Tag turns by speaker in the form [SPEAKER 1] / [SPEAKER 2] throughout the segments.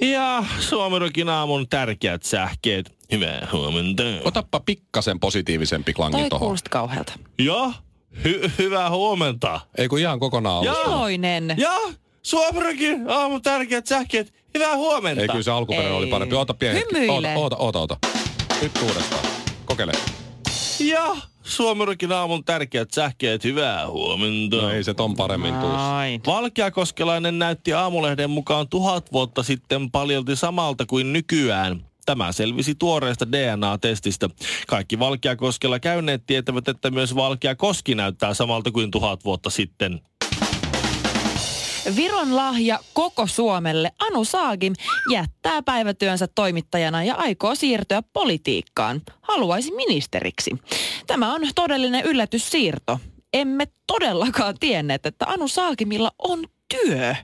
[SPEAKER 1] Ja Suomerokin aamun tärkeät sähkeet. Hyvää huomenta.
[SPEAKER 2] Otappa pikkasen positiivisempi klangi
[SPEAKER 3] Toi
[SPEAKER 2] Niin tohon.
[SPEAKER 3] kuulosti kauhealta.
[SPEAKER 1] Ja hy- hyvää huomenta.
[SPEAKER 2] Ei kun ihan kokonaan
[SPEAKER 1] Joo.
[SPEAKER 2] alusta.
[SPEAKER 3] Iloinen.
[SPEAKER 1] Ja Suomerokin aamun tärkeät sähkeet. Hyvää huomenta.
[SPEAKER 2] Ei kyllä se alkuperäinen
[SPEAKER 3] Ei.
[SPEAKER 2] oli parempi. Oota pieni hetki.
[SPEAKER 3] Hymyile.
[SPEAKER 2] Oota, oota, oota, oota. Nyt uudestaan. Kokeile. No
[SPEAKER 1] Ja Suomerokin aamun tärkeät sähkeet. Hyvää huomenta.
[SPEAKER 2] No ei se ton paremmin tuu.
[SPEAKER 3] Noin.
[SPEAKER 1] Valkeakoskelainen näytti aamulehden mukaan tuhat vuotta sitten paljolti samalta kuin nykyään. Tämä selvisi tuoreesta DNA-testistä. Kaikki Valkeakoskella käyneet tietävät, että myös Valkeakoski näyttää samalta kuin tuhat vuotta sitten.
[SPEAKER 3] Viron lahja koko Suomelle Anu Saagim jättää päivätyönsä toimittajana ja aikoo siirtyä politiikkaan. Haluaisi ministeriksi. Tämä on todellinen yllätyssiirto. Emme todellakaan tienneet, että Anu Saagimilla on työ.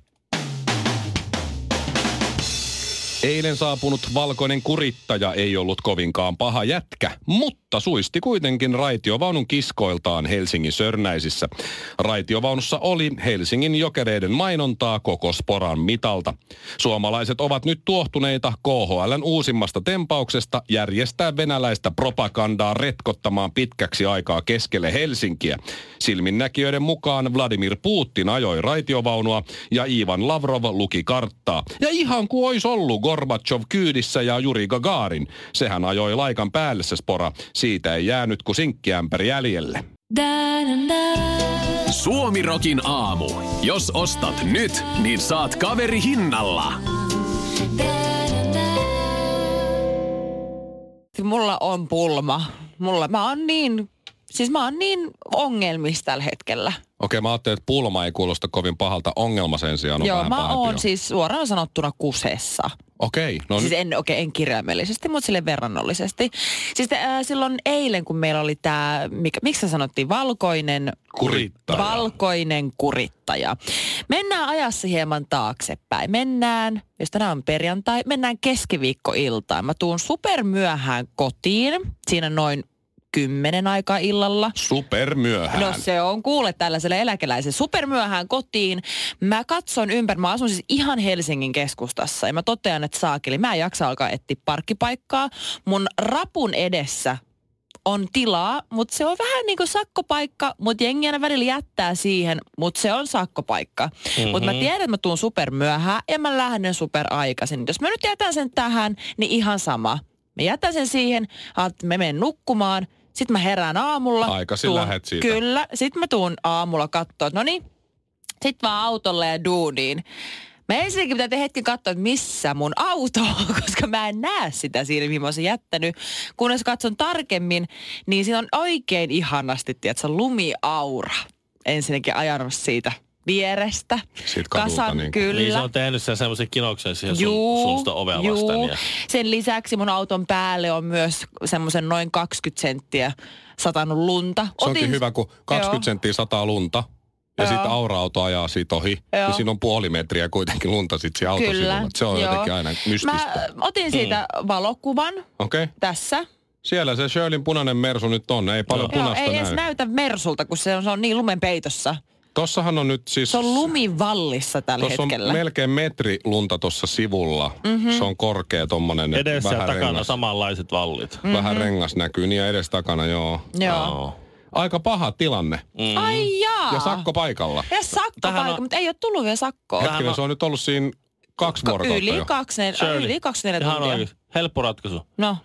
[SPEAKER 2] Eilen saapunut valkoinen kurittaja ei ollut kovinkaan paha jätkä, mutta suisti kuitenkin raitiovaunun kiskoiltaan Helsingin Sörnäisissä. Raitiovaunussa oli Helsingin jokereiden mainontaa koko sporan mitalta. Suomalaiset ovat nyt tuohtuneita KHLn uusimmasta tempauksesta järjestää venäläistä propagandaa retkottamaan pitkäksi aikaa keskelle Helsinkiä. Silminnäkijöiden mukaan Vladimir Putin ajoi raitiovaunua ja Ivan Lavrov luki karttaa. Ja ihan kuin olisi ollut Gorbachev kyydissä ja Juri Gagarin. Sehän ajoi laikan päälle se spora. Siitä ei jäänyt kuin sinkkiämpäri jäljelle.
[SPEAKER 4] Suomirokin aamu. Jos ostat nyt, niin saat kaveri hinnalla.
[SPEAKER 3] Mulla on pulma. Mulla, mä oon niin, siis mä oon niin ongelmissa tällä hetkellä.
[SPEAKER 2] Okei, mä ajattelin, että pulma ei kuulosta kovin pahalta. Ongelma sen sijaan on
[SPEAKER 3] Joo,
[SPEAKER 2] No vähän
[SPEAKER 3] mä
[SPEAKER 2] pahempi
[SPEAKER 3] oon
[SPEAKER 2] jo.
[SPEAKER 3] siis suoraan sanottuna kusessa.
[SPEAKER 2] Okei, no
[SPEAKER 3] No siis
[SPEAKER 2] nyt-
[SPEAKER 3] en, okei, en kirjaimellisesti, mutta sille verrannollisesti. Siis äh, silloin eilen, kun meillä oli tämä, miksi se sanottiin, valkoinen
[SPEAKER 2] Kurittaja.
[SPEAKER 3] Valkoinen kurittaja. Mennään ajassa hieman taaksepäin. Mennään, jos tänään on perjantai, mennään keskiviikkoiltaan. Mä tuun supermyöhään kotiin, siinä noin kymmenen aikaa illalla.
[SPEAKER 2] super myöhään.
[SPEAKER 3] No se on kuule tällaiselle eläkeläiselle supermyöhään kotiin. Mä katson ympäri, mä asun siis ihan Helsingin keskustassa ja mä totean, että saakeli, mä en jaksa alkaa etsiä parkkipaikkaa. Mun rapun edessä on tilaa, mutta se on vähän niin kuin sakkopaikka, mutta jengi aina välillä jättää siihen, mutta se on sakkopaikka. Mm-hmm. Mutta
[SPEAKER 2] Mhm.
[SPEAKER 3] mä tiedän, että mä tuun supermyöhään ja mä lähden superaikaisin. Jos mä nyt jätän sen tähän, niin ihan sama. Mä jätän sen siihen, että mä menen nukkumaan, sitten mä herään aamulla.
[SPEAKER 2] Aikaisin
[SPEAKER 3] tuun-
[SPEAKER 2] lähet siitä.
[SPEAKER 3] Kyllä, sitten mä tuun aamulla katsoa, että no niin, sitten vaan autolle ja duuniin. Mä ensinnäkin pitää tehdä hetken katsoa, että missä mun auto on, koska mä en näe sitä siinä, mihin mä oon sen jättänyt. Kunnes katson tarkemmin, niin siinä on oikein ihanasti, tiedätkö, lumiaura ensinnäkin ajanut siitä vierestä.
[SPEAKER 2] Siitä kadulta niin kuin.
[SPEAKER 3] kyllä.
[SPEAKER 1] Niin se on tehnyt sen semmoisen kinoksen siihen sun,
[SPEAKER 3] Juu,
[SPEAKER 1] suusta ovea
[SPEAKER 3] juu.
[SPEAKER 1] vasten. Ja...
[SPEAKER 3] Sen lisäksi mun auton päälle on myös semmoisen noin 20 senttiä satanut lunta.
[SPEAKER 2] Se onkin hyvä, kun 20
[SPEAKER 3] Joo.
[SPEAKER 2] senttiä sataa lunta ja sitten aura-auto ajaa siitä ohi.
[SPEAKER 3] Joo.
[SPEAKER 2] Ja siinä on puoli metriä kuitenkin lunta sitten siinä autosivulla. Se on
[SPEAKER 3] joo.
[SPEAKER 2] jotenkin aina mystistä.
[SPEAKER 3] Mä otin siitä mm. valokuvan
[SPEAKER 2] Okei. Okay.
[SPEAKER 3] tässä.
[SPEAKER 2] Siellä se Shirleyn punainen mersu nyt on. Ei paljon
[SPEAKER 3] Joo,
[SPEAKER 2] punasta
[SPEAKER 3] ei
[SPEAKER 2] näy.
[SPEAKER 3] edes näytä mersulta, kun se on, se on niin lumen peitossa.
[SPEAKER 2] Tossahan on nyt siis...
[SPEAKER 3] Se on lumivallissa tällä
[SPEAKER 2] Tuossa on
[SPEAKER 3] hetkellä. Mhm.
[SPEAKER 2] melkein metri lunta tuossa sivulla. Mm-hmm. Se on korkea tommonen. että
[SPEAKER 1] Edessä ja
[SPEAKER 2] vähän
[SPEAKER 1] takana
[SPEAKER 2] rengas,
[SPEAKER 1] samanlaiset vallit.
[SPEAKER 2] Vähän rengas näkyy. Niin ja edes takana, joo.
[SPEAKER 3] Mhm. Joo.
[SPEAKER 2] Aika paha tilanne.
[SPEAKER 3] Mm. Ai jaa.
[SPEAKER 2] Ja sakko paikalla.
[SPEAKER 3] Ja sakko
[SPEAKER 1] Tähän
[SPEAKER 3] paikka,
[SPEAKER 1] on-
[SPEAKER 3] mutta ei ole tullut vielä sakkoa.
[SPEAKER 2] Hetkinen, se on nyt ollut siinä kaksi vuorokautta
[SPEAKER 3] Yli
[SPEAKER 2] jo.
[SPEAKER 3] kaksi, nel-
[SPEAKER 1] Shirley,
[SPEAKER 3] yli kaksi neljä
[SPEAKER 1] Ihan
[SPEAKER 3] tuntia.
[SPEAKER 1] oikein. Helppo ratkaisu.
[SPEAKER 3] No,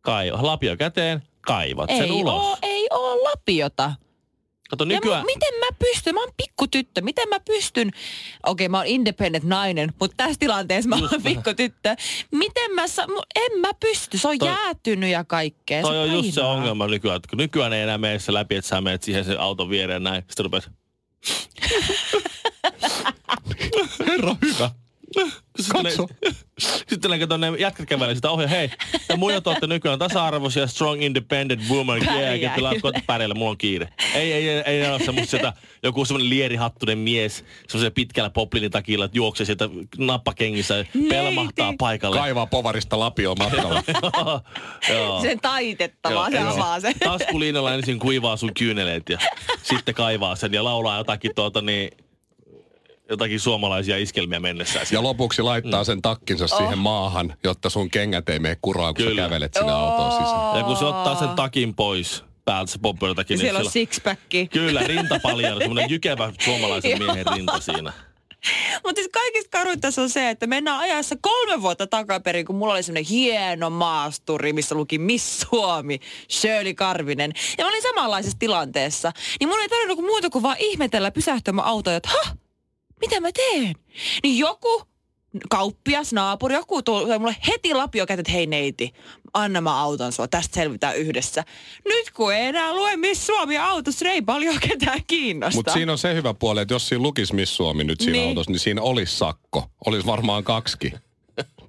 [SPEAKER 1] Kaiva. Lapio käteen, kaivat
[SPEAKER 3] ei
[SPEAKER 1] sen ulos.
[SPEAKER 3] oo, ei oo lapiota.
[SPEAKER 1] Kato
[SPEAKER 3] Nykyään...
[SPEAKER 1] nykyään...
[SPEAKER 3] Ja mu- miten mä pystyn? Mä oon pikkutyttö. Miten mä pystyn? Okei, mä oon independent nainen, mutta tässä tilanteessa mä oon pikkutyttö. Miten mä sa- mu- En mä pysty. Se on
[SPEAKER 1] Toi-
[SPEAKER 3] toi, jäätynyt ja kaikkea.
[SPEAKER 1] Toi on just se
[SPEAKER 3] painaa.
[SPEAKER 1] ongelma nykyään, että kun nykyään ei enää mene se läpi, että sä menet siihen sen auton viereen näin. Sitten rupes,
[SPEAKER 2] Herra hyvä.
[SPEAKER 1] Sitten
[SPEAKER 2] Katso.
[SPEAKER 1] Ne, sitten ne kato, ne jätkät kävelee sitä ohi. Hei, te muijat olette nykyään tasa-arvoisia, strong, independent woman. Yeah,
[SPEAKER 3] Pärjää,
[SPEAKER 1] ketkä laskot pärjällä, mulla on kiire. Ei, ei, ei, ei ole semmoista sieltä, joku semmoinen lierihattunen mies, semmoisen pitkällä poplinin takilla, että juoksee sieltä nappakengissä, pelmahtaa paikalle.
[SPEAKER 2] Kaivaa povarista lapio matkalla.
[SPEAKER 1] Joo.
[SPEAKER 3] Sen taitettavaa, se
[SPEAKER 1] Joo,
[SPEAKER 3] avaa sen.
[SPEAKER 1] Taskuliinalla ensin kuivaa sun kyyneleet ja sitten kaivaa sen ja laulaa jotakin tuota niin, jotakin suomalaisia iskelmiä mennessä.
[SPEAKER 2] ja lopuksi laittaa sen takkinsa
[SPEAKER 3] Oh.
[SPEAKER 2] siihen maahan, jotta sun kengät ei mene kuraan, kun
[SPEAKER 1] Kyllä.
[SPEAKER 2] sä kävelet sinne autoon sisään.
[SPEAKER 1] Ja kun se ottaa sen takin pois päältä se poppertakin,
[SPEAKER 3] Siellä on sixpacki.
[SPEAKER 1] Kyllä, rinta paljana, semmoinen jykevä suomalaisen miehen rinta siinä.
[SPEAKER 3] Mutta siis kaikista karuin tässä on se, että mennään ajassa kolme vuotta takaperin, kun mulla oli semmoinen hieno maasturi, missä luki Miss Suomi, Shirley Karvinen. Ja mä olin samanlaisessa tilanteessa. Niin mulla ei tarvinnut kuin muuta kuin vaan ihmetellä pysähtymään autoa, että ha, mitä mä teen? Niin joku kauppias, naapuri, joku tulee mulle heti lapio käteen, että hei neiti, anna mä auton sua, tästä selvitään yhdessä. Nyt kun ei enää lue Miss Suomi autossa, niin ei paljon ketään kiinnosta.
[SPEAKER 2] Mutta siinä on se hyvä puoli, että jos siinä lukisi Miss Suomi nyt siinä
[SPEAKER 3] Niin.
[SPEAKER 2] niin. autossa, niin siinä olisi sakko. Olisi varmaan kaksikin.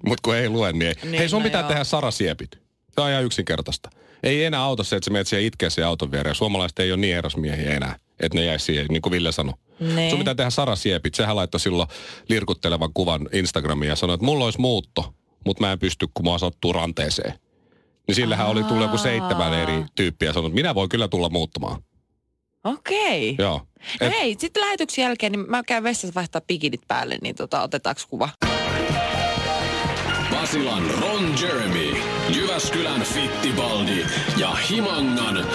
[SPEAKER 2] Mutta kun ei lue, niin ei.
[SPEAKER 3] Niin,
[SPEAKER 2] Niin, Hei, sun
[SPEAKER 3] no
[SPEAKER 2] no pitää
[SPEAKER 3] joo.
[SPEAKER 2] tehdä sarasiepit. Tämä on ihan yksinkertaista. Ei enää autossa, että sä menet siihen itkeä siihen auton viereen. Suomalaiset ei ole niin erosmiehiä enää, että ne jäisi siihen, niin kuin Ville sanoi.
[SPEAKER 3] Niin.
[SPEAKER 2] Sun pitää tehdä sarasiepit. Sehän laittoi silloin lirkuttelevan kuvan Instagramiin ja sanoi, että mulla olisi muutto, mutta mä en pysty, kun mua sattuu ranteeseen. Niin sillähän oli tullut joku seitsemän eri tyyppiä ja sanoi, että minä voin kyllä tulla muuttumaan.
[SPEAKER 3] Okei.
[SPEAKER 2] Joo.
[SPEAKER 3] No hei, sitten lähetyksen jälkeen niin mä käyn vessassa vaihtaa pikinit päälle, niin tota, otetaanko kuva?
[SPEAKER 4] Basilan Ron Jeremy, Jyväskylän Fittibaldi ja Himangan...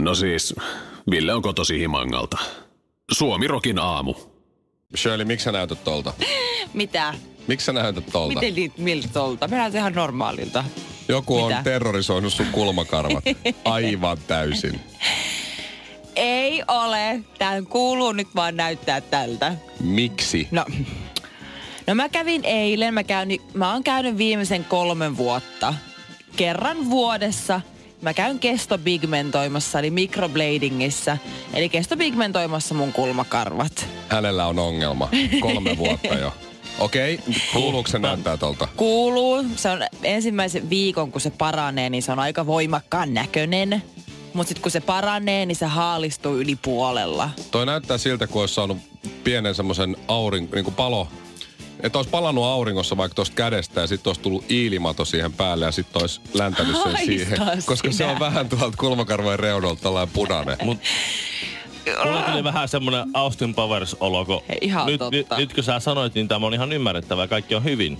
[SPEAKER 4] No siis, Ville on kotosi Himangalta. Suomirokin aamu.
[SPEAKER 2] Shirley, miksi sä näytät tolta?
[SPEAKER 3] Mitä?
[SPEAKER 2] Miksi sä näytät tolta?
[SPEAKER 3] Miten niitä miltä tolta? Me näytään ihan normaalilta.
[SPEAKER 2] Joku on
[SPEAKER 3] Mitä?
[SPEAKER 2] terrorisoinut sun kulmakarvat aivan täysin.
[SPEAKER 3] Ei ole. Tää kuuluu nyt vaan näyttää tältä.
[SPEAKER 2] Miksi?
[SPEAKER 3] No. No mä kävin eilen, mä, käyn, niin mä oon käynyt viimeisen kolmen vuotta. Kerran vuodessa mä käyn kestopigmentoimassa, eli microbladingissa. Eli kestopigmentoimassa mun kulmakarvat.
[SPEAKER 2] Hänellä on ongelma. Kolme vuotta jo. Okei, okay. kuuluuko se näyttää tolta?
[SPEAKER 3] Kuuluu. Se on ensimmäisen viikon, kun se paranee, niin se on aika voimakkaan näköinen. Mutta sitten kun se paranee, niin se haalistuu yli puolella.
[SPEAKER 2] Toi näyttää siltä, kun olisi saanut pienen semmoisen aurin, niin kuin palo. Että olisi palannut auringossa vaikka tuosta kädestä ja sitten olisi tullut iilimato siihen päälle ja sitten olisi läntänyt sen
[SPEAKER 3] Haista
[SPEAKER 2] siihen. Koska se
[SPEAKER 3] sinä.
[SPEAKER 2] on vähän tuolta kulmakarvojen reunolta tällainen punainen.
[SPEAKER 1] Mut mulla tuli vähän semmonen Austin Powers-olo, kun
[SPEAKER 3] Hei, ihan
[SPEAKER 1] nyt,
[SPEAKER 3] totta.
[SPEAKER 1] nyt, nyt kun sä sanoit, niin tämä on ihan ymmärrettävää, kaikki on hyvin.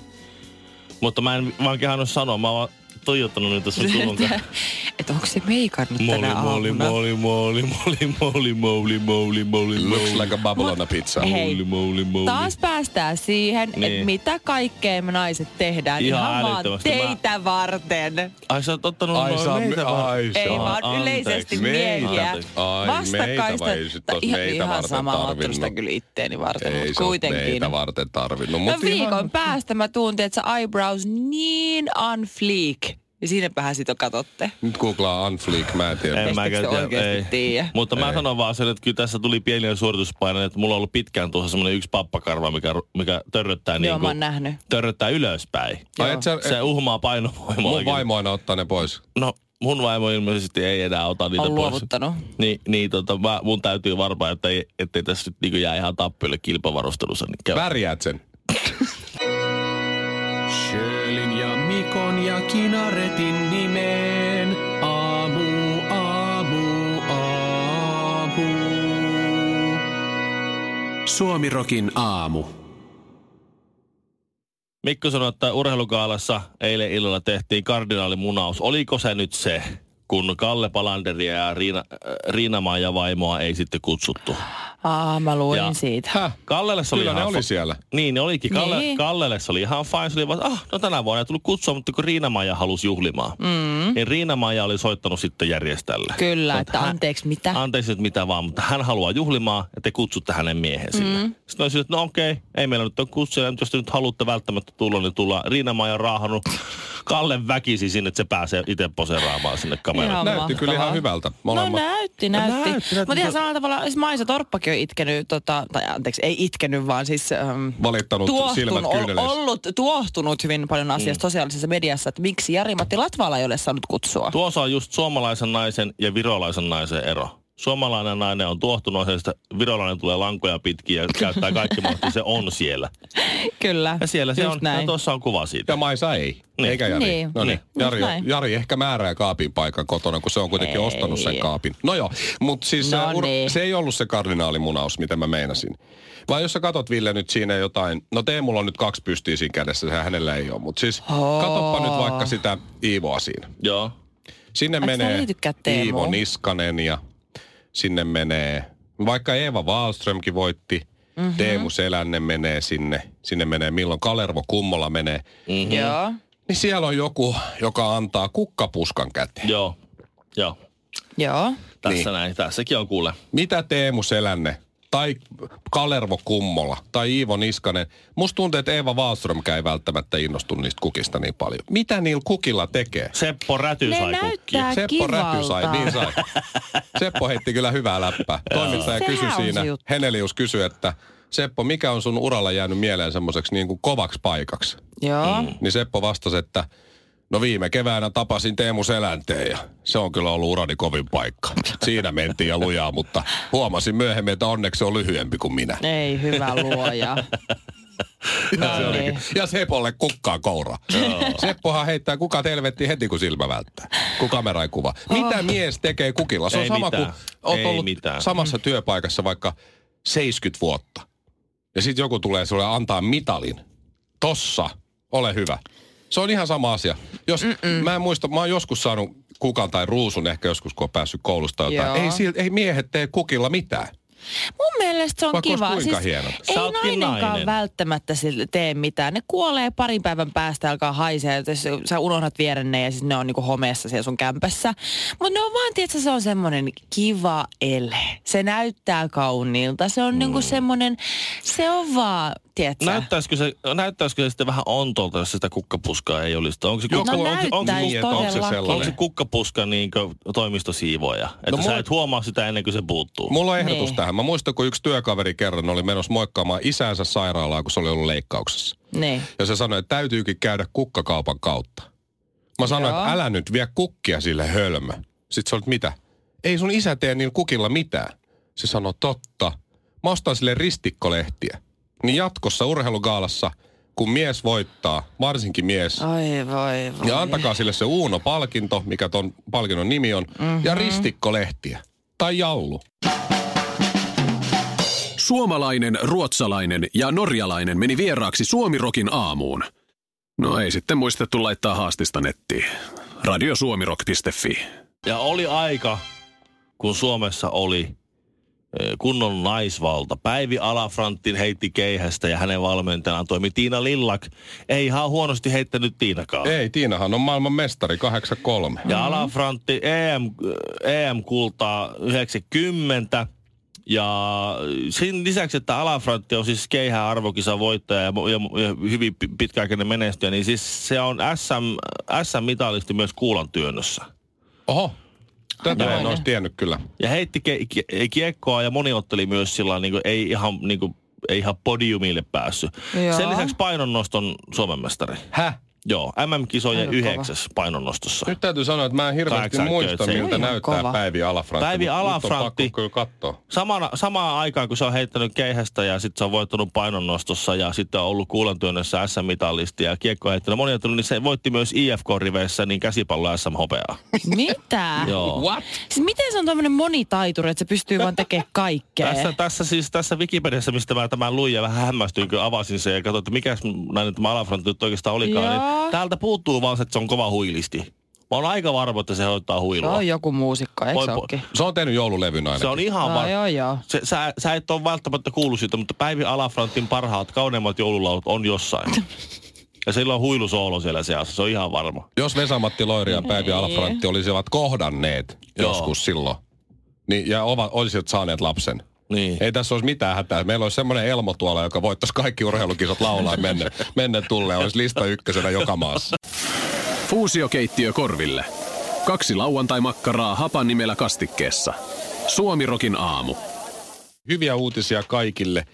[SPEAKER 1] Mutta mä en vaan kehannut sanoa, mä oon vaan tuijottanut niitä sun kulun kanssa.
[SPEAKER 3] Että onko se meikannut
[SPEAKER 1] Moli,
[SPEAKER 3] tänä
[SPEAKER 1] moli,
[SPEAKER 3] aamuna?
[SPEAKER 1] moli, moli, moli, moli, moli, moli, moli,
[SPEAKER 3] Niin.
[SPEAKER 2] Looks
[SPEAKER 1] moli.
[SPEAKER 2] like a bubble on a pizza.
[SPEAKER 3] Hei,
[SPEAKER 1] Moli, moli, moli.
[SPEAKER 3] Taas päästään siihen, niin. että
[SPEAKER 1] Niin.
[SPEAKER 3] mitä kaikkea me naiset tehdään
[SPEAKER 1] Ihan
[SPEAKER 3] ihan, ihan vaan
[SPEAKER 1] älyttömästi. Mä-
[SPEAKER 3] teitä varten.
[SPEAKER 1] Ai sä oot ottanut
[SPEAKER 2] Ai
[SPEAKER 1] noin
[SPEAKER 2] sä oot-
[SPEAKER 1] meitä vaan.
[SPEAKER 2] ai sä
[SPEAKER 3] Ei
[SPEAKER 2] oot-
[SPEAKER 3] vaan
[SPEAKER 1] anteeksi.
[SPEAKER 3] yleisesti
[SPEAKER 2] Meitä.
[SPEAKER 3] miehiä.
[SPEAKER 1] Anteeksi.
[SPEAKER 2] Ai, meitä vai ei sit
[SPEAKER 3] tai
[SPEAKER 2] ois
[SPEAKER 3] ihan,
[SPEAKER 2] meitä
[SPEAKER 3] ihan
[SPEAKER 2] varten
[SPEAKER 3] sama, mä oon ottanut sitä
[SPEAKER 2] tarvinnut?
[SPEAKER 3] kyllä itteeni varten,
[SPEAKER 2] Ei
[SPEAKER 3] mutta
[SPEAKER 2] se kuitenkin.
[SPEAKER 3] kuitenkin.
[SPEAKER 2] meitä varten tarvinnut.
[SPEAKER 3] No
[SPEAKER 2] Mut
[SPEAKER 3] viikon
[SPEAKER 2] ihan-
[SPEAKER 3] päästä mä tuntin, että se eyebrows niin on fleek. Ja siinäpähän sit on katotte.
[SPEAKER 2] Nyt googlaa Unfleek, mä en tiedä.
[SPEAKER 1] En
[SPEAKER 3] Estäkö
[SPEAKER 1] mäkään
[SPEAKER 3] se oikeesti tiedä?
[SPEAKER 1] Mutta mä sanon vaan sen, että kyllä tässä tuli pieniä suorituspaine, että mulla on ollut pitkään tuossa semmoinen yksi pappakarva, mikä, mikä törröttää,
[SPEAKER 3] Joo,
[SPEAKER 1] niin
[SPEAKER 3] mä oon nähnyt.
[SPEAKER 1] törröttää ylöspäin.
[SPEAKER 2] Ai, et sä,
[SPEAKER 1] Se
[SPEAKER 2] et,
[SPEAKER 1] uhmaa painovoimaa.
[SPEAKER 2] mun
[SPEAKER 1] oikein.
[SPEAKER 2] vaimo aina ottaa ne pois.
[SPEAKER 1] No, mun vaimo ilmeisesti ei enää ota niitä
[SPEAKER 3] On
[SPEAKER 1] pois.
[SPEAKER 3] luovuttanut.
[SPEAKER 1] Niin, niin tota, mä, mun täytyy varmaan, että ei, ettei tässä nyt niinku jää ihan tappiolle kilpavarustelussa. Niin käy.
[SPEAKER 2] Värjäät sen.
[SPEAKER 4] Sjölin ja Mikon ja Kinaretin nimeen. Aamu, aamu, aamu. Suomirokin aamu.
[SPEAKER 1] Mikko sanoi, että urheilukaalassa eilen illalla tehtiin kardinaalimunaus. Oliko se nyt se, kun Kalle Palanderia ja Riina, äh, Riinamaa ja vaimoa ei sitten kutsuttu?
[SPEAKER 3] Aa, mä luin
[SPEAKER 1] Ja-
[SPEAKER 3] siitä.
[SPEAKER 2] Häh?
[SPEAKER 1] Kallelle se oli
[SPEAKER 2] Kyllä
[SPEAKER 1] ihan
[SPEAKER 2] ne oli
[SPEAKER 1] fa-
[SPEAKER 2] siellä.
[SPEAKER 1] Niin ne olikin. Kalle,
[SPEAKER 3] Niin.
[SPEAKER 1] Kallelle se oli ihan fine. Se oli vaan, ah, no tänä vuonna ei tullut kutsua, mutta kun Riinamaja halusi juhlimaan. Mm. Niin Riinamaja oli soittanut sitten järjestäjälle.
[SPEAKER 3] Kyllä,
[SPEAKER 1] Sanoi,
[SPEAKER 3] että
[SPEAKER 1] hän-
[SPEAKER 3] anteeksi, mitä?
[SPEAKER 1] Anteeksi nyt mitä vaan, mutta hän haluaa juhlimaan ja te kutsutte hänen miehen sinne. Mm. Sitten olisin, että no okei, ei meillä nyt ole kutsuja, mutta jos te nyt haluatte välttämättä tulla, niin tullaan. Riinamaja on raahannut Kalle väkisi sinne, että se pääsee itse poseraamaan sinne kameraan.
[SPEAKER 3] Ihan
[SPEAKER 2] Näytti kyllä
[SPEAKER 3] mahtavaa.
[SPEAKER 2] ihan hyvältä.
[SPEAKER 3] No
[SPEAKER 2] Molemmat.
[SPEAKER 3] näytti,
[SPEAKER 1] No
[SPEAKER 3] näytti.
[SPEAKER 1] näytti, näytti,
[SPEAKER 3] Mutta
[SPEAKER 1] mutta-
[SPEAKER 3] ihan samalla tavalla siis Maisa Torppakin on itkenyt, tota, tai anteeksi, ei itkenyt, vaan siis... Ähm,
[SPEAKER 2] Valittanut silmät
[SPEAKER 3] ol-
[SPEAKER 2] kyyneleissä.
[SPEAKER 3] ollut tuohtunut hyvin paljon asiasta
[SPEAKER 1] Mm.
[SPEAKER 3] sosiaalisessa mediassa, että miksi Jari-Matti Latvala ei ole saanut kutsua.
[SPEAKER 1] Tuossa on just suomalaisen naisen ja virolaisen naisen ero. Suomalainen nainen on tuohtunut asiasta, virolainen tulee lankoja pitkin ja käyttää kaikki mahti, se on siellä.
[SPEAKER 3] Kyllä,
[SPEAKER 1] Ja siellä se
[SPEAKER 3] just
[SPEAKER 1] on, ja
[SPEAKER 3] näin.
[SPEAKER 1] tuossa on kuva siitä.
[SPEAKER 2] Ja Maisa ei.
[SPEAKER 1] Niin.
[SPEAKER 2] Eikä Jari.
[SPEAKER 3] Niin.
[SPEAKER 2] No niin.
[SPEAKER 1] Niin.
[SPEAKER 2] Jari,
[SPEAKER 3] Just näin.
[SPEAKER 2] Jari ehkä määrää kaapin paikan kotona, kun se on kuitenkin
[SPEAKER 3] Ei.
[SPEAKER 2] ostanut sen kaapin. No joo, mutta siis se,
[SPEAKER 3] No
[SPEAKER 2] ur-
[SPEAKER 3] niin.
[SPEAKER 2] se ei ollut se kardinaalimunaus, mitä mä meinasin. Vai jos sä katot Ville nyt siinä jotain, no Teemulla on nyt kaksi pystiä siinä kädessä, se hänellä ei ole. Mutta siis
[SPEAKER 3] Oo.
[SPEAKER 2] katoppa nyt vaikka sitä Iivoa siinä.
[SPEAKER 1] Joo.
[SPEAKER 2] Sinne
[SPEAKER 3] Ai, sä
[SPEAKER 2] menee
[SPEAKER 3] ei tykkää Teemua.
[SPEAKER 2] Iivo Niskanen ja sinne menee, vaikka Eeva Wallströmkin voitti,
[SPEAKER 3] Mhm.
[SPEAKER 2] mm-hmm. Teemu Selänne menee sinne, sinne menee milloin Kalervo Kummola menee.
[SPEAKER 3] Joo.
[SPEAKER 2] Niin siellä on joku, joka antaa kukkapuskan käteen.
[SPEAKER 1] Joo. Joo.
[SPEAKER 3] Joo.
[SPEAKER 1] Tässä
[SPEAKER 2] Niin.
[SPEAKER 1] näin. Tässäkin on kuule.
[SPEAKER 2] Mitä Teemu Selänne tai Kalervo Kummola tai Iivo Niskanen, musta tuntuu, että Eeva Wallströmkään ei välttämättä innostu niistä kukista niin paljon. Mitä niillä kukilla tekee?
[SPEAKER 1] Seppo Räty
[SPEAKER 3] Ne
[SPEAKER 1] sai kukkia.
[SPEAKER 3] näyttää
[SPEAKER 2] Seppo Räty sai,
[SPEAKER 3] kivalta.
[SPEAKER 2] niin sai. Seppo heitti kyllä hyvää läppää. Toimittaja
[SPEAKER 3] Siis sehän
[SPEAKER 2] kysyi
[SPEAKER 3] on se
[SPEAKER 2] siinä,
[SPEAKER 3] juttu.
[SPEAKER 2] Henelius kysyi, että Seppo, mikä on sun uralla jäänyt mieleen semmoiseksi niin kuin kovaksi paikaksi?
[SPEAKER 3] Joo.
[SPEAKER 1] Mm.
[SPEAKER 2] Niin Seppo vastasi, että no viime keväänä tapasin Teemu Selänteen ja se on kyllä ollut urani kovin paikka. Siinä mentiin ja lujaa, mutta huomasin myöhemmin, että onneksi se on lyhyempi kuin minä.
[SPEAKER 3] Ei, hyvä luoja.
[SPEAKER 2] Ja, se
[SPEAKER 3] No
[SPEAKER 2] oli,
[SPEAKER 3] niin.
[SPEAKER 2] ja Sepolle kukkaa koura. Seppohan heittää kuka telvetti heti, kun silmä välttää. Kun kamera ei kuva. Mitä mies tekee kukilla? Se
[SPEAKER 1] Oh.
[SPEAKER 2] on
[SPEAKER 1] Ei
[SPEAKER 2] sama
[SPEAKER 1] mitään.
[SPEAKER 2] kuin oot
[SPEAKER 1] Ei
[SPEAKER 2] ollut
[SPEAKER 1] mitään.
[SPEAKER 2] samassa työpaikassa vaikka 70 vuotta. Ja sitten joku tulee sulle antaa mitalin. Tossa, ole hyvä. Se on ihan sama asia. Jos, mä en muista, mä oon joskus saanut kukan tai ruusun ehkä joskus, kun on päässyt koulusta
[SPEAKER 3] Joo.
[SPEAKER 2] jotain. Ei, silt, ei miehet tee kukilla mitään.
[SPEAKER 3] Mun mielestä se on
[SPEAKER 2] Vaikka olisi
[SPEAKER 3] kiva. Siis
[SPEAKER 2] kuinka hienot.
[SPEAKER 3] ei
[SPEAKER 1] Sä ootkin
[SPEAKER 3] nainenkaan
[SPEAKER 1] nainen.
[SPEAKER 3] välttämättä sille tee mitään. Ne kuolee parin päivän päästä, alkaa haisee. ja jos Sä unohdat viedä ne ja sitten ne on niinku homeessa siellä sun kämpässä. Mutta ne on vaan, tiedätkö, se on semmoinen kiva ele. Se näyttää kauniilta. Se on
[SPEAKER 2] Mm.
[SPEAKER 3] niinku semmoinen, se on vaan, tiedätkö?
[SPEAKER 1] Näyttäisikö se, näyttäisikö se sitten vähän ontolta, jos sitä kukkapuskaa ei olisi? Onko se,
[SPEAKER 2] Joo,
[SPEAKER 1] kukka,
[SPEAKER 3] no
[SPEAKER 2] onko se-
[SPEAKER 3] näyttäisi
[SPEAKER 2] onko se niin, että onko se
[SPEAKER 3] todellakin.
[SPEAKER 2] sellainen?
[SPEAKER 1] onko se kukkapuska niin toimistosiivoja? Että
[SPEAKER 2] No
[SPEAKER 1] sä
[SPEAKER 2] mulla-
[SPEAKER 1] et huomaa sitä ennen kuin se puuttuu.
[SPEAKER 2] Mulla on ehdotus
[SPEAKER 3] Niin.
[SPEAKER 2] tähän. Mä muistan, kun yksi työkaveri kerran oli menossa moikkaamaan isänsä sairaalaan, kun se oli ollut leikkauksessa.
[SPEAKER 3] Niin.
[SPEAKER 2] Ja se sanoi, että täytyykin käydä kukkakaupan kautta. Mä sanoin,
[SPEAKER 3] Joo.
[SPEAKER 2] että älä nyt vie kukkia sille hölmö. Sitten sä olet, mitä? Ei sun isä tee niillä kukilla mitään. Se sanoi, totta. Mä ostan sille ristikkolehtiä. Niin jatkossa urheilugaalassa, kun mies voittaa, varsinkin mies,
[SPEAKER 3] Ai voi voi.
[SPEAKER 2] ja antakaa sille se Uuno-palkinto, mikä ton palkinnon nimi on, mm-hmm. ja ristikkolehtiä. Tai jallu.
[SPEAKER 4] Suomalainen, ruotsalainen ja norjalainen meni vieraaksi Suomirokin aamuun. No ei sitten muistettu laittaa haastista nettiin. Radiosuomirok.fi.
[SPEAKER 1] Ja oli aika, kun Suomessa oli eh, kunnon naisvalta. Päivi Alafranttin heitti keihästä ja hänen valmentajanaan toimi Tiina Lillak. Ei ihan huonosti heittänyt Tiinakaan.
[SPEAKER 2] Ei, Tiinahan on maailman mestari, 83.
[SPEAKER 1] Ja Alafrantti E EM, EM-kultaa 90. Ja sen lisäksi, että Alafrantti on siis keihään arvokisan voittaja ja, mo- ja, mo- ja hyvin pi- pitkäaikainen menestyjä, niin siis se on SM, SM-mitalisti myös kuulan työnnössä.
[SPEAKER 2] Oho, tätä en
[SPEAKER 3] Aikamoinen.
[SPEAKER 2] olisi tiennyt kyllä.
[SPEAKER 1] Ja heitti ke- ke- kiekkoa ja moni otteli myös sillä niin kuin, ei ihan niin kuin, ei ihan podiumille päässyt.
[SPEAKER 3] Joo.
[SPEAKER 1] Joo. Sen lisäksi painonnoston Suomen mestari.
[SPEAKER 2] Häh?
[SPEAKER 1] Joo, MM-kisojen
[SPEAKER 3] Aika kova.
[SPEAKER 1] yhdeksäs painonnostossa.
[SPEAKER 2] Nyt täytyy sanoa, että mä en hirveästi
[SPEAKER 1] 87.
[SPEAKER 2] muista,
[SPEAKER 1] Oi,
[SPEAKER 2] miltä
[SPEAKER 3] ihan
[SPEAKER 2] näyttää
[SPEAKER 3] kova.
[SPEAKER 2] Päivi Alafrantti.
[SPEAKER 1] Päivi
[SPEAKER 2] mut
[SPEAKER 1] Alafrantti.
[SPEAKER 2] Nyt on pakko kyllä katsoa.
[SPEAKER 1] Samana, samaan aikaan, kun se on heittänyt keihästä ja sitten se on voittanut painonnostossa ja sitten on ollut kuulantyönnössä SM-mitallisti ja kiekko on heittänyt monia tullut, niin se voitti myös IFK-riveissä niin käsipallo SM-hopeaa.
[SPEAKER 3] Mitä?
[SPEAKER 1] Joo.
[SPEAKER 3] What? Siis miten se on tämmöinen monitaituri, että se pystyy vaan tekemään kaikkea?
[SPEAKER 1] Tässä, tässä siis tässä Wikipediassa, mistä mä tämän luin ja vähän hämmästyin, kun avasin sen ja katsoin, että mikä näin tämä Alafront nyt oikeastaan olikaan.
[SPEAKER 3] Joo.
[SPEAKER 1] Niin täältä puuttuu vaan se, että se on kova huilisti. Mä oon aika varma, että se hoitaa
[SPEAKER 3] se
[SPEAKER 1] huilua.
[SPEAKER 3] on joku muusikko, eikö
[SPEAKER 1] Voi
[SPEAKER 3] se
[SPEAKER 1] po-
[SPEAKER 3] ookin?
[SPEAKER 2] Se on tehnyt joululevyn ainakin.
[SPEAKER 1] se on ihan
[SPEAKER 3] Ai, joo,
[SPEAKER 1] varma.
[SPEAKER 3] joo.
[SPEAKER 1] Se, sä, sä, et ole välttämättä kuullut siitä, mutta Päivi Alafrantin parhaat, kauneimmat joululaulut on jossain. ja sillä on huilusoolo siellä seassa, se on ihan varma.
[SPEAKER 2] Jos Vesamatti Loiri ja Päivi Alafrantti olisivat kohdanneet
[SPEAKER 1] Niin. Joo.
[SPEAKER 2] joskus silloin, niin, ja ova, olisivat saaneet lapsen.
[SPEAKER 1] Niin.
[SPEAKER 2] Ei tässä olisi mitään hätää. Meillä olisi semmoinen Elmo tuolla, joka voittaisi kaikki urheilukisat laulaa ja mennä, mennä tulle. Olisi lista ykkösenä joka maassa.
[SPEAKER 4] Fuusiokeittiö korville. Kaksi lauantai-makkaraa hapan nimellä kastikkeessa. Suomirokin aamu.
[SPEAKER 2] Hyviä uutisia kaikille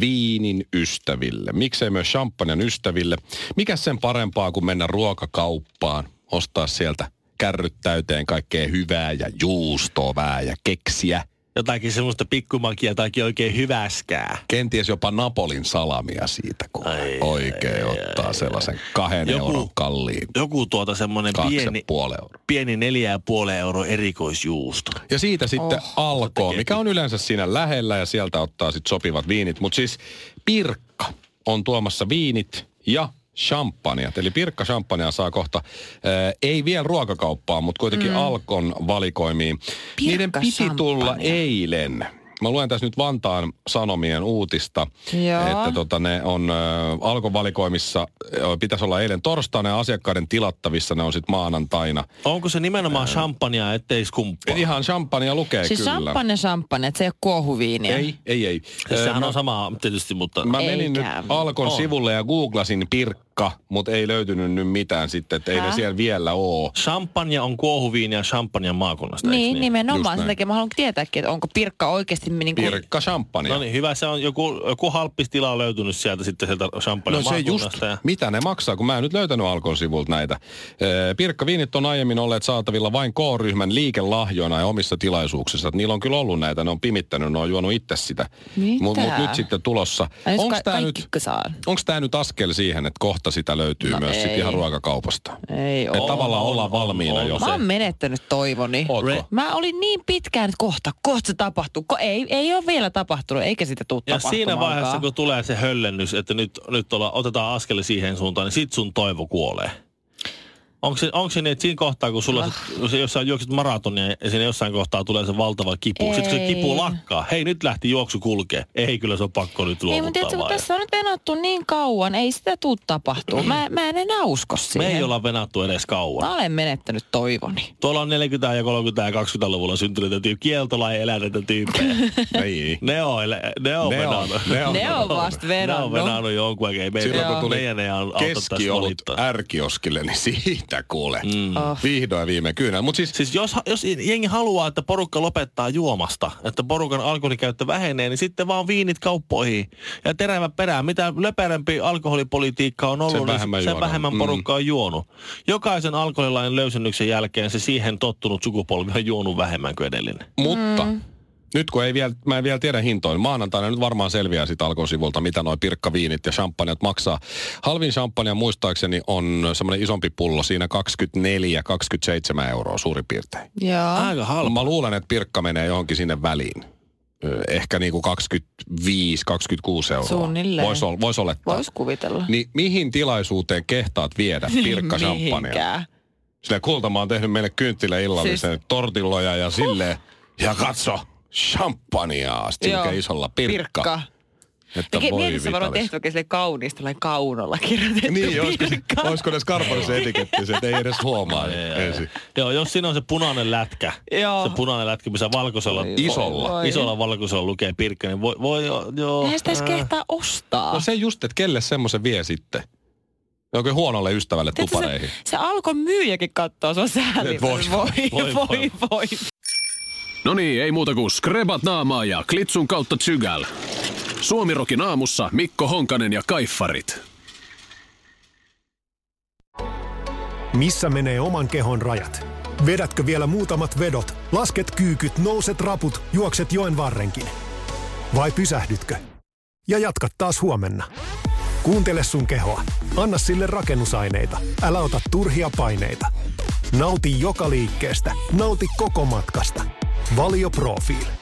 [SPEAKER 2] viinin ystäville. Miksei myös champagnen ystäville. Mikä sen parempaa kuin mennä ruokakauppaan, ostaa sieltä kärryt täyteen kaikkea hyvää ja juustoa ja keksiä.
[SPEAKER 1] Jotakin semmoista pikkumakia, jotakin oikein hyväskää.
[SPEAKER 2] Kenties jopa Napolin salamia siitä, kun
[SPEAKER 1] Ai,
[SPEAKER 2] oikein ottaa sellaisen kahden
[SPEAKER 1] Joku-
[SPEAKER 2] euron kalliin.
[SPEAKER 1] Joku tuota semmoinen
[SPEAKER 2] Kaksi ja
[SPEAKER 1] pieni,
[SPEAKER 2] puoli euroa.
[SPEAKER 1] pieni neljä ja puoli euroa erikoisjuusto.
[SPEAKER 2] Ja siitä sitten oh, alkoo, mikä on yleensä siinä lähellä ja sieltä ottaa sitten sopivat viinit. Mutta siis Pirkka on tuomassa viinit ja champagnea. Eli Pirkka champagnea saa kohta, äh, ei vielä ruokakauppaan, mutta kuitenkin mm. Alkon valikoimiin.
[SPEAKER 3] Pirkka
[SPEAKER 2] Niiden piti
[SPEAKER 3] champagnea.
[SPEAKER 2] tulla eilen. Mä luen tässä nyt Vantaan Sanomien uutista,
[SPEAKER 3] Joo.
[SPEAKER 2] että tota, ne on äh, Alkon valikoimissa, äh, pitäisi olla eilen torstaina ja asiakkaiden tilattavissa, ne on sitten maanantaina.
[SPEAKER 1] Onko se nimenomaan champagnea, ettei skumppaa?
[SPEAKER 2] Ihan champagnea lukee
[SPEAKER 3] Siis
[SPEAKER 2] kyllä.
[SPEAKER 3] champagne, champagne, että se ei ole kuohuviiniä.
[SPEAKER 2] Ei, ei, ei. Ö,
[SPEAKER 1] Siis Sehän
[SPEAKER 2] mä,
[SPEAKER 1] on sama tietysti, mutta...
[SPEAKER 2] Mä
[SPEAKER 3] Eikä.
[SPEAKER 2] menin nyt Alkon
[SPEAKER 1] On.
[SPEAKER 2] sivulle ja googlasin Pirkka, mutta ei löytynyt nyt mitään sitten, että ei ne
[SPEAKER 3] Häh?
[SPEAKER 2] siellä vielä oo.
[SPEAKER 1] Champagne on kuohuviini ja champagne maakunnasta, eiks
[SPEAKER 3] Niin,
[SPEAKER 2] Just
[SPEAKER 3] nimenomaan.
[SPEAKER 2] näin.
[SPEAKER 3] Sen takia mä haluan tietääkin, että onko Pirkka oikeasti niin kuin...
[SPEAKER 2] Pirkka champagne.
[SPEAKER 1] No niin, hyvä. Se on joku, joku halppistila on löytynyt sieltä sitten sieltä champagne
[SPEAKER 2] No se just,
[SPEAKER 1] Ja...
[SPEAKER 2] mitä ne maksaa, kun mä en nyt löytänyt Alkon sivulta näitä. Ee, Pirkka-viinit on aiemmin olleet saatavilla vain K-ryhmän liikelahjoina ja omissa tilaisuuksissa. Et Niillä on kyllä ollut näitä, ne on pimittänyt, ne on juonut itse sitä.
[SPEAKER 3] Mitä?
[SPEAKER 2] Mut, mut nyt sitten tulossa.
[SPEAKER 3] Ai nyt
[SPEAKER 2] Onks
[SPEAKER 3] ka-
[SPEAKER 2] tää
[SPEAKER 3] kaikki
[SPEAKER 2] nyt,
[SPEAKER 3] saa.
[SPEAKER 2] onks tää nyt askel siihen, että kohta sitä löytyy
[SPEAKER 3] No
[SPEAKER 2] myös sit
[SPEAKER 3] ei.
[SPEAKER 2] ihan ruokakaupasta?
[SPEAKER 3] Ei
[SPEAKER 2] Että
[SPEAKER 3] oo.
[SPEAKER 2] tavallaan
[SPEAKER 1] on,
[SPEAKER 2] ollaan
[SPEAKER 1] on,
[SPEAKER 2] valmiina
[SPEAKER 1] on.
[SPEAKER 2] jo.
[SPEAKER 3] Mä oon menettänyt toivoni.
[SPEAKER 2] Ootko?
[SPEAKER 1] Re-
[SPEAKER 3] Mä olin niin pitkään, että kohta, kohta se tapahtuu. Ko- ei, ei ole vielä tapahtunut, eikä sitä tule
[SPEAKER 1] Ja siinä vaiheessa, kun tulee se höllennys, että nyt, nyt olla, otetaan askel siihen suuntaan, niin sit sun toivo kuolee. Onko se, onko se niin, että siinä kohtaa, kun sulla,
[SPEAKER 3] Ah.
[SPEAKER 1] se, jos sä juokset maratonia ja siinä jossain kohtaa tulee se valtava kipu, sitten kun se
[SPEAKER 3] Ei.
[SPEAKER 1] kipu lakkaa, hei nyt lähti juoksu kulkee. Ei, kyllä se on pakko nyt
[SPEAKER 3] Ei, mutta
[SPEAKER 1] luovuttaa
[SPEAKER 3] tiedätkö, kun
[SPEAKER 1] vaan.
[SPEAKER 3] tässä on nyt venottu niin kauan, ei sitä tule tapahtua. Mä, mä en enää usko
[SPEAKER 1] Me
[SPEAKER 3] siihen. Ah.
[SPEAKER 1] ei olla venattu edes kauan.
[SPEAKER 3] Mä olen menettänyt toivoni.
[SPEAKER 1] Tuolla on 40- ja 30- ja 20-luvulla syntyneitä tyyppejä, kieltolain eläneitä tyyppejä.
[SPEAKER 2] Ei.
[SPEAKER 1] ne on, ele- ne on
[SPEAKER 2] Ne on,
[SPEAKER 1] venannut.
[SPEAKER 2] ne on.
[SPEAKER 3] Ne on vasta
[SPEAKER 1] Ne on
[SPEAKER 3] venannut.
[SPEAKER 1] venannut jonkun aikaa. Me
[SPEAKER 2] Silloin kun tuli
[SPEAKER 1] meidän ei auta tässä
[SPEAKER 2] keskiolut
[SPEAKER 1] valittaa.
[SPEAKER 2] ärkioskille, niin siitä kuule. Mm.
[SPEAKER 3] Oh.
[SPEAKER 2] Vihdoin viime kyynä. Mutta siis,
[SPEAKER 1] Siis jos, jos jengi haluaa, että porukka lopettaa juomasta, että porukan alkoholikäyttö vähenee, niin sitten vaan viinit kauppoihin ja terävä perään. Mitä löperempi alkoholipolitiikka on ollut,
[SPEAKER 2] Sen vähemmän
[SPEAKER 1] niin sen
[SPEAKER 2] juodaan.
[SPEAKER 1] vähemmän
[SPEAKER 2] Mm.
[SPEAKER 1] porukka on juonut. Jokaisen alkoholilain löysennyksen jälkeen se siihen tottunut sukupolvi on juonut vähemmän kuin edellinen.
[SPEAKER 2] mutta
[SPEAKER 3] Mm.
[SPEAKER 2] nyt kun ei vielä, mä en vielä tiedä hintoja, niin maanantaina nyt varmaan selviää siitä alkosivulta, mitä noi pirkkaviinit ja champagneat maksaa. Halvin champagne muistaakseni on semmoinen isompi pullo, siinä 24-27 euroa suurin piirtein.
[SPEAKER 3] Joo.
[SPEAKER 1] Aika halpa.
[SPEAKER 2] Mä luulen, että pirkka menee johonkin sinne väliin. Ö, Ehkä niinku 25-26 euroa.
[SPEAKER 3] Suunnilleen.
[SPEAKER 2] Voisi olla, vois olettaa.
[SPEAKER 3] Vois kuvitella.
[SPEAKER 2] Niin mihin tilaisuuteen kehtaat viedä pirkka champagnea?
[SPEAKER 3] Niin Mihinkään.
[SPEAKER 2] Sillä kulta mä oon tehnyt meille kynttilä illallisen siis...
[SPEAKER 3] Siis-
[SPEAKER 2] tortilloja ja silleen. Ja katso, champagnea asti,
[SPEAKER 3] Joo.
[SPEAKER 2] mikä isolla pirkka.
[SPEAKER 3] Pirkka.
[SPEAKER 2] Että
[SPEAKER 3] Mikä-
[SPEAKER 2] voi
[SPEAKER 3] Mieti se varmaan
[SPEAKER 2] vitalis.
[SPEAKER 3] tehty oikein sille kauniista, tällainen kaunolla kirjoitettu
[SPEAKER 2] Niin, olisiko, se,
[SPEAKER 3] pirkka.
[SPEAKER 2] olisiko ne skarpani se etiketti, se, että ei edes huomaa ensin.
[SPEAKER 1] Joo, jos siinä on se punainen lätkä,
[SPEAKER 3] Joo.
[SPEAKER 1] se punainen lätkä, missä valkoisella,
[SPEAKER 2] Isolla.
[SPEAKER 3] voi.
[SPEAKER 1] isolla valkoisella lukee pirkkä, niin voi, voi joo.
[SPEAKER 3] Eihän sitä edes kehtaa ostaa.
[SPEAKER 2] No se just, että kelle semmoisen vie sitten? Jokin huonolle ystävälle
[SPEAKER 3] Tiedätkö,
[SPEAKER 2] tupareihin.
[SPEAKER 3] Se, se alkoi myyjäkin katsoa, se on sääli.
[SPEAKER 2] Et voi.
[SPEAKER 3] voi,
[SPEAKER 1] Voi, voi.
[SPEAKER 3] voi, voi.
[SPEAKER 4] No niin, ei muuta kuin skrebat naamaa ja klitsun kautta tsygäl. Suomirokin aamussa Mikko Honkanen ja Kaiffarit.
[SPEAKER 5] Missä menee oman kehon rajat? Vedätkö vielä muutamat vedot, lasket kyykyt, nouset raput, juokset joen varrenkin? Vai pysähdytkö? Ja jatka taas huomenna. Kuuntele sun kehoa. Anna sille rakennusaineita. Älä ota turhia paineita. Nauti joka liikkeestä. Nauti koko matkasta. Valio Profiili.